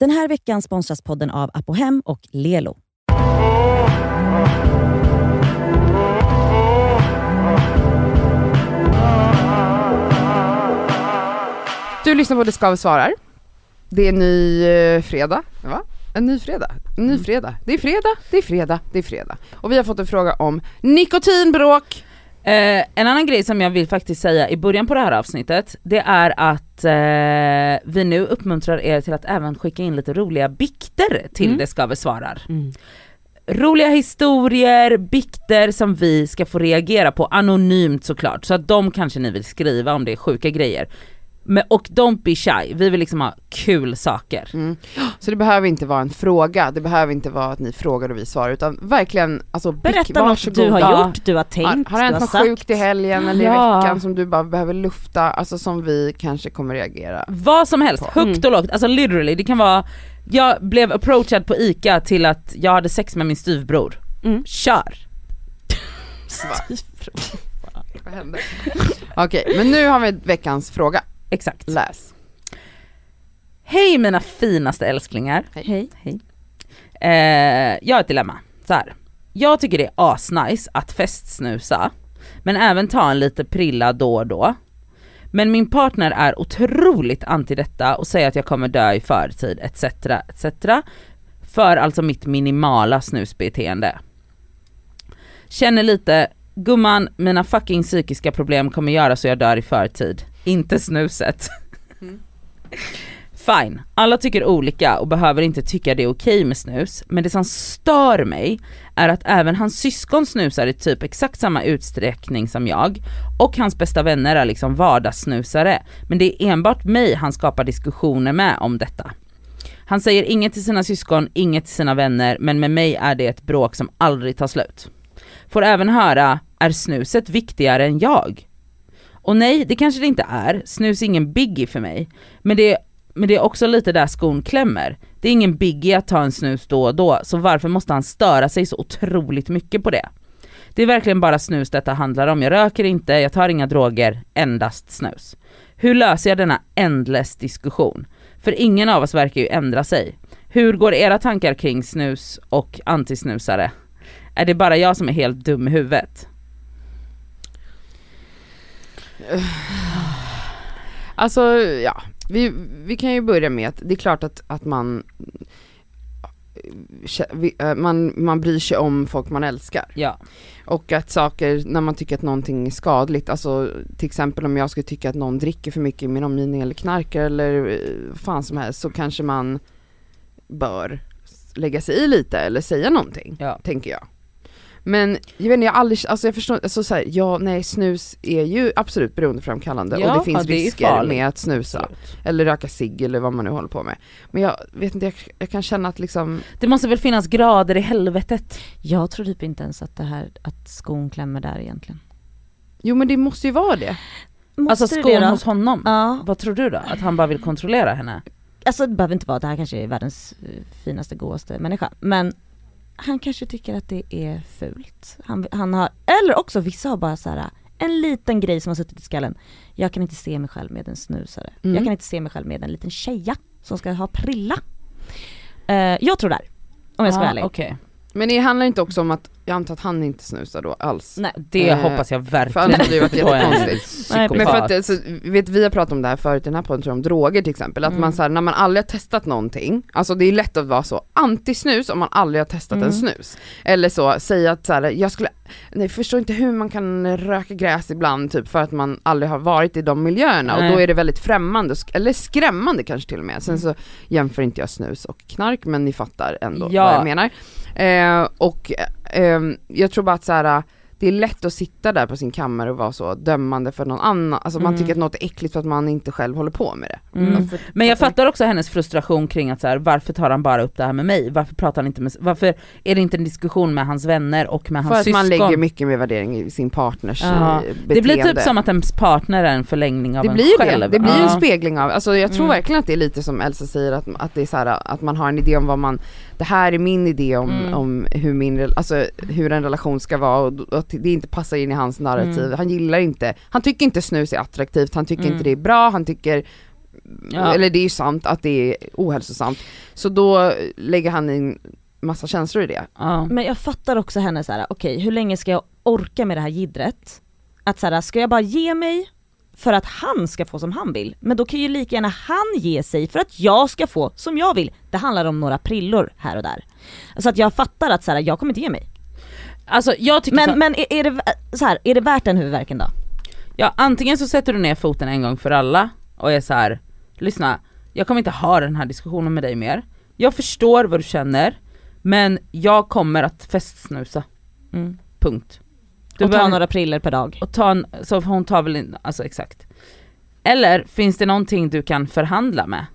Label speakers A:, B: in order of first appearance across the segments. A: Den här veckan sponsras podden av Apohem och Lelo.
B: Du lyssnar på Det Skav svarar. Det är en ny eh, fredag, va? En ny fredag. En ny fredag. Det är fredag, det är fredag, det är fredag. Och vi har fått en fråga om nikotinbråk.
C: Eh, en annan grej som jag vill faktiskt säga i början på det här avsnittet, det är att eh, vi nu uppmuntrar er till att även skicka in lite roliga bikter till
B: Mm.
C: Det ska vi svarar. Roliga historier, bikter som vi ska få reagera på anonymt såklart, så att de kanske ni vill skriva om det är sjuka grejer. Men, och don't be shy, vi vill liksom ha kul saker.
B: Så det behöver inte vara en fråga, det behöver inte vara att ni frågar och vi svarar utan verkligen alltså bick-
A: Berätta något du har
B: varsågoda.
A: gjort, du har tänkt,
B: har, har det
A: du
B: hänt
A: har
B: något
A: sagt.
B: sjukt i helgen eller
C: Ja.
B: i veckan som du bara behöver lufta, alltså som vi kanske kommer reagera?
C: Vad som helst, högt och lågt, alltså literally, det kan vara jag blev approachad på ICA till att jag hade sex med min styvbror.
A: Mm.
C: Kör!
B: Vad händer? Okej, men nu har vi veckans fråga.
C: Exakt.
B: Läs.
C: Hej mina finaste älsklingar.
A: Hej.
C: Eh, jag har ett dilemma. Så här. Jag tycker det är asnice att festsnusa, men även ta en lite prilla då och då. Men min partner är otroligt anti detta och säger att jag kommer dö i förtid etc. etc. För alltså mitt minimala snusbeteende. Känner lite, gumman mina fucking psykiska problem kommer göra så jag dör i förtid. Inte snuset. Fine, alla tycker olika och behöver inte tycka det är okej med snus, men det som stör mig är att även hans syskon snusar i typ exakt samma utsträckning som jag och hans bästa vänner är liksom vardagssnusare, men det är enbart mig han skapar diskussioner med om detta. Han säger inget till sina syskon, inget till sina vänner, men med mig är det ett bråk som aldrig tar slut. Får även höra, är snuset viktigare än jag? Och nej, det kanske det inte är, snus är ingen biggie för mig, men det, men det är också lite där skon klämmer. Det är ingen biggie att ta en snus då och då, så varför måste han störa sig så otroligt mycket på det? Det är verkligen bara snus detta handlar om, jag röker inte, jag tar inga droger, endast snus. Hur löser jag denna ändlös diskussion? För ingen av oss verkar ju ändra sig. Hur går era tankar kring snus och antisnusare? Är det bara jag som är helt dum i huvudet?
B: Alltså ja, vi, vi kan ju börja med att det är klart att, att man, kä- vi- eh, man, man bryr sig om folk man älskar.
C: Ja.
B: Och att saker, när man tycker att någonting är skadligt, alltså till exempel om jag skulle tycka att någon dricker för mycket i min omgivning eller knarkar eller eh, vad fan som helst så kanske man bör s- lägga sig i lite eller säga någonting,
C: Ja.
B: tänker jag. Men jag vet inte, jag har aldrig, alltså jag förstår alltså så här, ja nej snus är ju absolut beroendeframkallande
C: Ja,
B: och det finns
C: ja, det är
B: risker
C: farligt.
B: med att snusa eller röka cigg eller vad man nu håller på med. Men jag vet inte, jag, jag kan känna att liksom,
C: Det måste väl finnas grader i helvetet?
A: Jag tror typ inte ens att det här, att skon klämmer där egentligen.
B: jo men det måste ju vara det.
A: Måste
C: alltså
A: det
C: skon
A: det då?
C: hos honom?
A: Ja,
C: Vad tror du då? Att han bara vill kontrollera henne?
A: alltså det behöver inte vara, det här kanske är världens eh, finaste, godaste människa. Men han kanske tycker att det är fult. Han, han har, eller också vissa har bara så här en liten grej som har suttit i skallen. Jag kan inte se mig själv med en snusare.
B: Mm.
A: Jag kan inte se mig själv med en liten tjeja som ska ha prilla. Eh, jag tror det här, om jag ska vara
C: Ah,
A: ärlig.
C: okej.
B: Men det handlar inte också om att, jag antar att han inte snusar då alls.
A: Nej.
C: Det
B: Eh,
C: hoppas jag
B: För
C: verkligen
B: annars hade det ju varit
C: inte. Då är han en
B: jättekonstigt.
A: Nej,
C: psykopat.
B: Men för att, alltså, vet, vi har pratat om det här förut i den här podden tror jag, om droger till exempel, att
C: Mm.
B: man så här, när man aldrig har testat någonting, alltså det är lätt att vara så antisnus om man aldrig har testat
C: Mm.
B: en snus. Eller så, säga att så här, jag skulle, nej jag förstår inte hur man kan röka gräs ibland typ för att man aldrig har varit i de miljöerna
C: Nej. Mm.
B: och då är det väldigt främmande, och sk- eller skrämmande kanske till och med. Sen så jämför inte jag snus och knark men ni fattar ändå
C: Ja.
B: vad jag menar. Eh, och ehm, jag tror bara att så här. Det är lätt att sitta där på sin kammare och vara så dömande för någon annan, alltså man
C: Mm.
B: tycker att något är äckligt för att man inte själv håller på med det.
C: Mm.
B: Alltså,
C: Men jag fattar också hennes frustration kring att så här, varför tar han bara upp det här med mig? Varför pratar han inte med, varför är det inte en diskussion med hans vänner och med
B: För
C: hans
B: att
C: syskon?
B: man lägger mycket mer värdering i sin partners
C: Ja.
B: eh, beteende.
C: det blir typ som att ens partner är en förlängning av
B: det
C: en
B: blir ju
C: själv.
B: det, det blir ju en
C: Ja.
B: spegling av, alltså jag tror
C: Mm.
B: verkligen att det är lite som Elsa säger att, att det är så här, att man har en idé om vad man, det här är min idé om,
C: Mm.
B: om hur min, rel- alltså hur en relation ska vara och, och att det inte passar in i hans narrativ. Han gillar inte, han tycker inte snus är attraktivt, han tycker
C: Mm. Mm.
B: inte det är bra, han tycker
C: Ja.
B: eller det är ju sant att det är ohälsosamt. Så då lägger han in massa känslor i det.
C: Ja.
A: Men jag fattar också henne så här: okej hur länge ska jag orka med det här jiddret? Att så här, ska jag bara ge mig för att han ska få som han vill? Men då kan ju lika gärna han ge sig för att jag ska få som jag vill. Det handlar om några prillor här och där. Så att jag fattar att så här, jag kommer inte ge mig.
C: Alltså jag tycker så,
A: Men, men är, är, det, vä- så här, är det värt den huvudvärken då?
C: ja, antingen så sätter du ner foten en gång för alla och är så här. lyssna, jag kommer inte ha den här diskussionen med dig mer. Jag förstår vad du känner, men jag kommer att festsnusa, punkt. Du
A: och ta
C: behöver-
A: några priller per dag.
C: och ta en, så hon tar väl in, alltså exakt. Eller finns det någonting du kan förhandla med?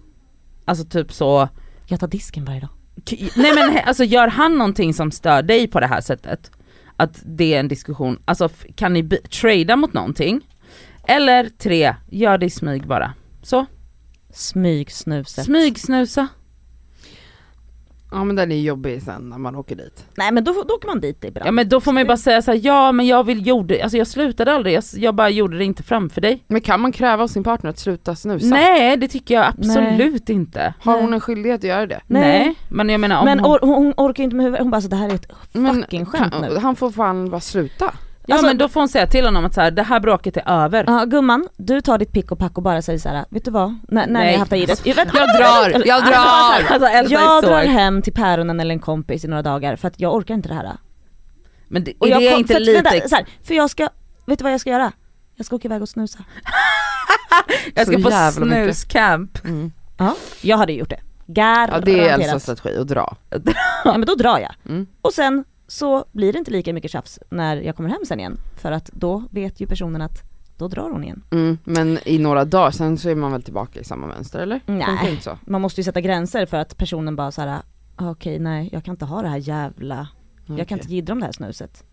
C: Alltså typ så,
A: Jag tar disken varje dag.
C: K- Nej men he- alltså gör han någonting som stör dig på det här sättet? Att det är en diskussion, alltså f- kan ni by- trada mot någonting? Eller tre, gör det i smyg bara. Så,
A: Smygsnuset.
C: smygsnusa.
B: Ja men den är jobbig sen när man åker dit.
A: Nej men då, får- då åker man dit ibland.
C: Ja men då får man ju bara säga så här, ja men jag vill gjorde, alltså jag slutade aldrig, jag, s- jag bara gjorde det inte framför dig.
B: Men kan man kräva av sin partner att sluta snusa?
C: Nej det tycker jag absolut inte.
B: Har hon en skyldighet att göra det?
A: Nej.
C: Nej. men jag menar om
A: men
C: hon,
A: or, hon, hon orkar ju inte med huvudet, hon bara så det här är ett
B: Men
A: fucking skämt
B: kan-
A: nu.
B: han får fan bara sluta.
C: ja
A: alltså-
C: men då får hon säga till honom att så här, det här bråket är över.
A: Ja gumman, du tar ditt pick och pack och bara säger såhär, vet du vad? N- när ni
C: Nej.
A: har haft det i det. Jag, vet-
B: Jag drar, jag drar!
C: Alltså, Elsa är
A: jag
C: så-
A: drar hem till päronen eller en kompis i några dagar för att jag orkar inte det här.
C: Men det,
A: Och
C: är
A: jag
C: det
A: kom-
C: inte
A: för, att-
C: lite
A: vänta, så här, för jag ska, vet du vad jag ska göra? Jag ska åka iväg och snusa.
C: Jag ska
B: Så
C: på
B: jävla mycket.
C: snuscamp.
B: Mm.
A: Ja, jag hade gjort det. Garanterat.
B: Ja det är
C: alltså
B: Elsas strategi, att dra.
A: ja, men då drar jag.
B: Mm.
A: Och sen så blir det inte lika mycket tjafs när jag kommer hem sen igen. För att då vet ju personen att då drar hon igen.
B: Mm. Men i några dagar, sen så är man väl tillbaka i samma mönster eller?
A: Nej.
B: Funkar inte så?
A: Man måste ju sätta gränser för att personen bara såhär, "Ah, okej nej jag kan inte ha det här jävla, jag kan
B: Okej.
A: inte jiddra om det här snuset.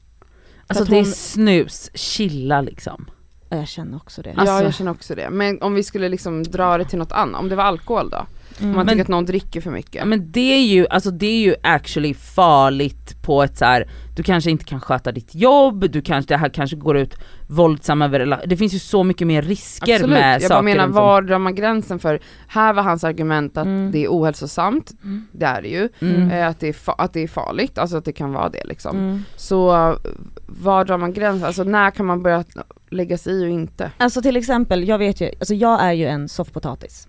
C: Alltså
A: att
C: det är
A: hon-
C: snus, chilla liksom.
A: Ja, jag känner också det.
B: Ja
C: Alltså-
B: jag känner också det. Men om vi skulle liksom dra det till något annat, om det var alkohol då? Om man
C: Men-
B: tycker att någon dricker för
C: Ja,
B: mycket.
C: men det är ju, alltså det är ju actually farligt på ett så här. du kanske inte kan sköta ditt jobb, du kanske, det här kanske går ut våldsamma över rela- det finns ju så mycket mer risker
B: Absolut,
C: med
B: jag
C: saker. liksom.
B: bara menar
C: runt om-
B: var drar man gränsen för, här var hans argument att
A: Mm.
B: det är ohälsosamt,
A: Mm.
B: det är det ju,
C: Mm.
B: eh, att, det är fa- att det är farligt, alltså att det kan vara det liksom.
A: Mm.
B: Så eh, var drar man gränsen, alltså när kan man börja lägga sig i och inte?
A: Alltså till exempel, jag vet ju, alltså jag är ju en soffpotatis.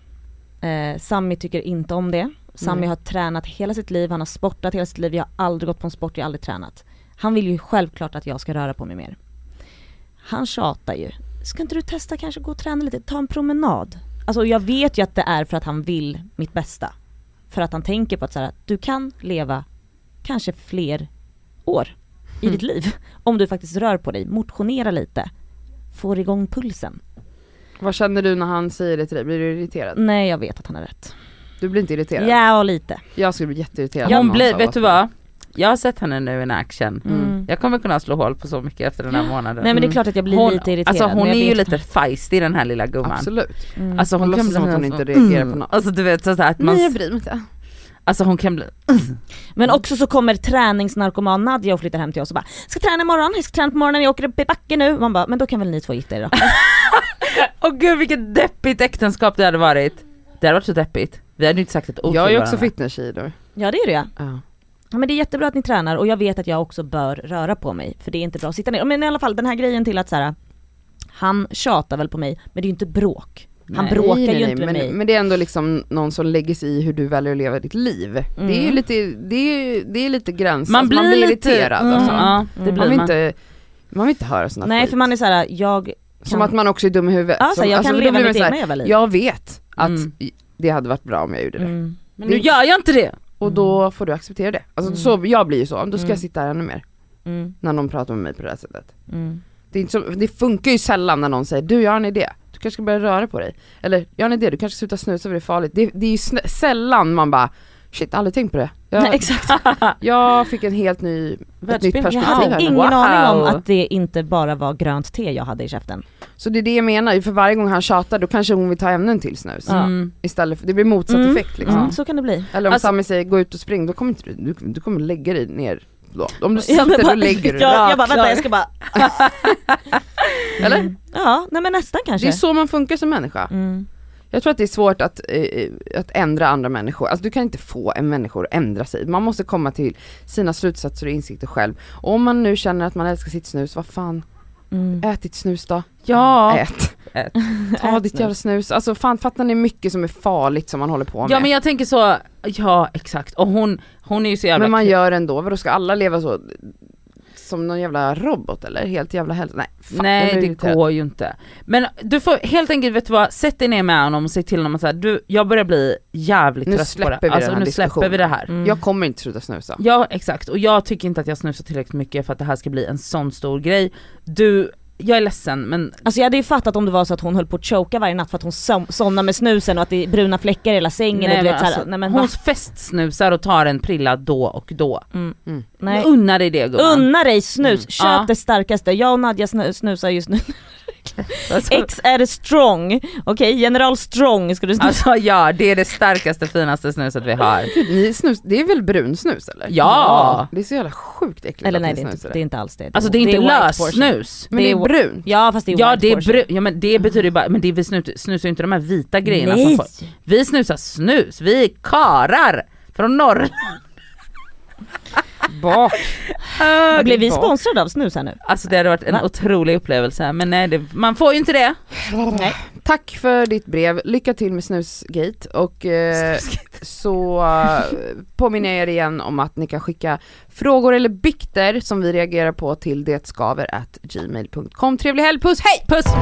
A: Eh, Sammy tycker inte om det. Sammy
B: Nej.
A: har tränat hela sitt liv, han har sportat hela sitt liv, jag har aldrig gått på en sport, jag har aldrig tränat. Han vill ju självklart att jag ska röra på mig mer. Han tjatar ju. Ska inte du testa kanske gå och träna lite, ta en promenad? Alltså jag vet ju att det är för att han vill mitt bästa. För att han tänker på att så här, du kan leva kanske fler år i ditt liv. Om du faktiskt rör på dig, motionera lite, får igång pulsen.
B: Vad känner du när han säger det till dig, blir du
C: Mm.
B: irriterad?
A: Nej jag vet att han är rätt.
B: Du blir inte irriterad?
A: Ja och lite.
B: Jag skulle bli jätteirriterad. om
C: Hon
B: någon
C: blir,
B: sa
C: vet
B: åt
C: du
B: mig.
C: vad? Jag har sett henne nu in action.
A: alltså, Mm.
C: Jag kommer kunna slå hål på så mycket efter den här månaden.
A: Nej men det är klart att jag blir
C: hon,
A: lite irriterad.
C: alltså
A: men
C: hon
A: jag
C: är ju
A: vet-
C: lite feisty den här lilla gumman.
B: Absolut.
A: Mm.
C: Alltså
B: Hon
C: hon,
B: låtsas
C: kan
B: som
C: bli
B: att hon
C: så-
B: inte reagerar på något.
C: Alltså du vet så så här att man,
B: Nej jag bryr mig inte.
C: alltså hon kan bli,
A: Men också så kommer träningsnarkoman Nadja och flyttar hem till oss och bara “ska träna imorgon, jag ska träna på morgonen, jag åker upp i backen nu”. Man bara “men då kan väl ni två gifta er då?”
C: Åh gud vilket deppigt äktenskap det hade varit. Det hade varit så deppigt. Vi hade ju inte sagt ett ord
B: Jag är
C: till
B: ju också
C: varandra.
B: fitness-tjej då.
A: Ja det är det ja.
B: Ja.
A: Ja, Men det är jättebra att ni tränar och jag vet att jag också bör röra på mig för det är inte bra att sitta ner. Men i alla fall den här grejen till att så här, han tjatar väl på mig men det är ju inte bråk. Han
C: Nej.
A: bråkar ju inte
B: men,
A: med mig.
B: men det är ändå liksom någon som lägger sig i hur du väljer att leva ditt liv. Det är ju
A: Mm.
B: lite, det är, ju- det är lite gränslöst,
C: Man blir, lite,
B: irriterad
C: mm,
B: alltså.
C: Ja, det
A: Mm.
B: Man
C: blir
B: vill
C: man.
B: inte, man vill inte höra sådana
A: Nej för man är så här, jag,
B: Som
A: kan-
B: att man också är dum i huvudet.
A: ja, så
B: som,
A: här, jag
B: alltså,
A: kan
B: då
A: leva
B: blir man
A: mitt
B: så här,
A: egna jävla liv.
B: Jag vet att
C: Mm.
B: det hade varit bra om jag gjorde det.
A: Mm.
C: Men nu gör jag inte det!
B: Och då får du acceptera det. Alltså, så, jag blir ju så, då ska
A: Mm.
B: jag sitta här ännu mer
A: Mm.
B: när någon pratar med mig på det här sättet.
A: Mm.
B: Det, är inte så, det funkar ju sällan när någon säger du jag har en idé, du kanske ska börja röra på dig. Eller jag har en idé, du kanske ska sluta snusa för det är farligt. Det, det är ju snä- sällan man bara shit, aldrig tänkt på det. Jag,
A: Nej, exakt.
B: jag fick en helt ny, ett nytt
C: Världsbild.
B: perspektiv
A: Jag
B: här
A: hade
B: nu.
A: ingen
C: Wow.
A: aning om att det inte bara var grönt te jag hade i käften.
B: Så det är det jag menar, för varje gång han tjatar då kanske hon vill ta ämnen till snus.
A: Ja.
C: Mm.
B: Istället för, det blir motsatt
A: Mm.
B: effekt liksom.
A: Mm, så kan det bli.
B: Eller om
C: Alltså-
B: Sami säger gå ut och spring, då kommer inte du, du, du kommer lägga dig ner då. Om du
A: Jag
B: sitter
A: bara-
B: då lägger du dig.
A: jag, Mm. jag bara
C: Klar.
A: vänta jag ska bara,
B: Eller?
A: ja nej men nästan kanske.
B: Det är så man funkar som människa.
A: mm.
B: Jag tror att det är svårt att, eh, att ändra andra människor, alltså du kan inte få en människa att ändra sig. Man måste komma till sina slutsatser och insikter själv. Och om man nu känner att man älskar sitt snus, vad fan,
A: Mm.
B: ät ditt snus då.
C: Ja.
B: Ät.
C: Ät.
B: Ta
A: Ät
B: ditt
A: snus.
B: jävla snus. Alltså fan fattar ni mycket som är farligt som man håller på med?
C: Ja men jag tänker så, ja exakt. Och hon, hon är ju så jävla
B: Men man
C: kul.
B: gör ändå, vadå ska alla leva så? Som någon jävla robot eller? Helt jävla hälsa? Nej, fan, jag
C: Nej
B: blir
C: det
B: irriterad.
C: går ju inte. Men du får helt enkelt, vet du vad, sätt dig ner med honom och säg till honom att så här, du, jag börjar bli jävligt
B: Nu
C: trött på
B: släpper vi
C: det.
B: den
C: Alltså
B: här
C: nu släpper vi det här.
A: Mm.
B: Jag kommer inte sluta snusa.
C: Ja exakt, och jag tycker inte att jag snusar tillräckligt mycket för att det här ska bli en sån stor grej. Du, jag är ledsen men
A: Alltså jag hade ju fattat om det var så att hon höll på att choka varje natt för att hon som, somnade med snusen och att det är bruna fläckar i hela sängen och du vet såhär, nej men
C: hon
A: va?
C: alltså, festsnusar och tar en prilla då och då.
A: Mm.
B: Mm.
A: Nej.
C: Unna dig det gumman.
A: Unna dig snus, köp
C: Mm. Ja.
A: det starkaste. Jag och Nadja snu- snusar just nu.
C: Alltså,
A: XR strong, okej general strong ska du snusa.
C: alltså ja, det är det starkaste finaste snuset vi har.
B: Gud, ni snus, det är väl brunsnus eller?
C: Ja.
B: Det är så jävla sjukt äckligt
A: Eller
B: att
A: nej
B: ni
A: det är, inte,
B: snusar
A: det är inte alls det.
C: Alltså det är inte
A: white portion.
C: lössnus.
B: Men det
A: det
B: är
A: är-
B: brunt.
A: Ja fast det är
C: Ja
A: white
C: det, är
A: portion.
C: bru- ja, men det betyder ju bara, men det är, vi snusar, snusar ju inte de här vita grejerna
A: Nej!
C: som folk. Vi snusar snus, vi är karar från norr.
B: Bak.
A: Blev vi
B: bak.
A: sponsrade av snus här nu?
C: Alltså det hade varit en
A: Va?
C: otrolig upplevelse men nej det, man får ju inte det.
A: Nej.
B: Tack för ditt brev, lycka till med snusgate och eh, så eh, påminner jag er igen om att ni kan skicka frågor eller bikter som vi reagerar på till detskaver@gmail.com. Trevlig helg, puss, hej!
C: Puss!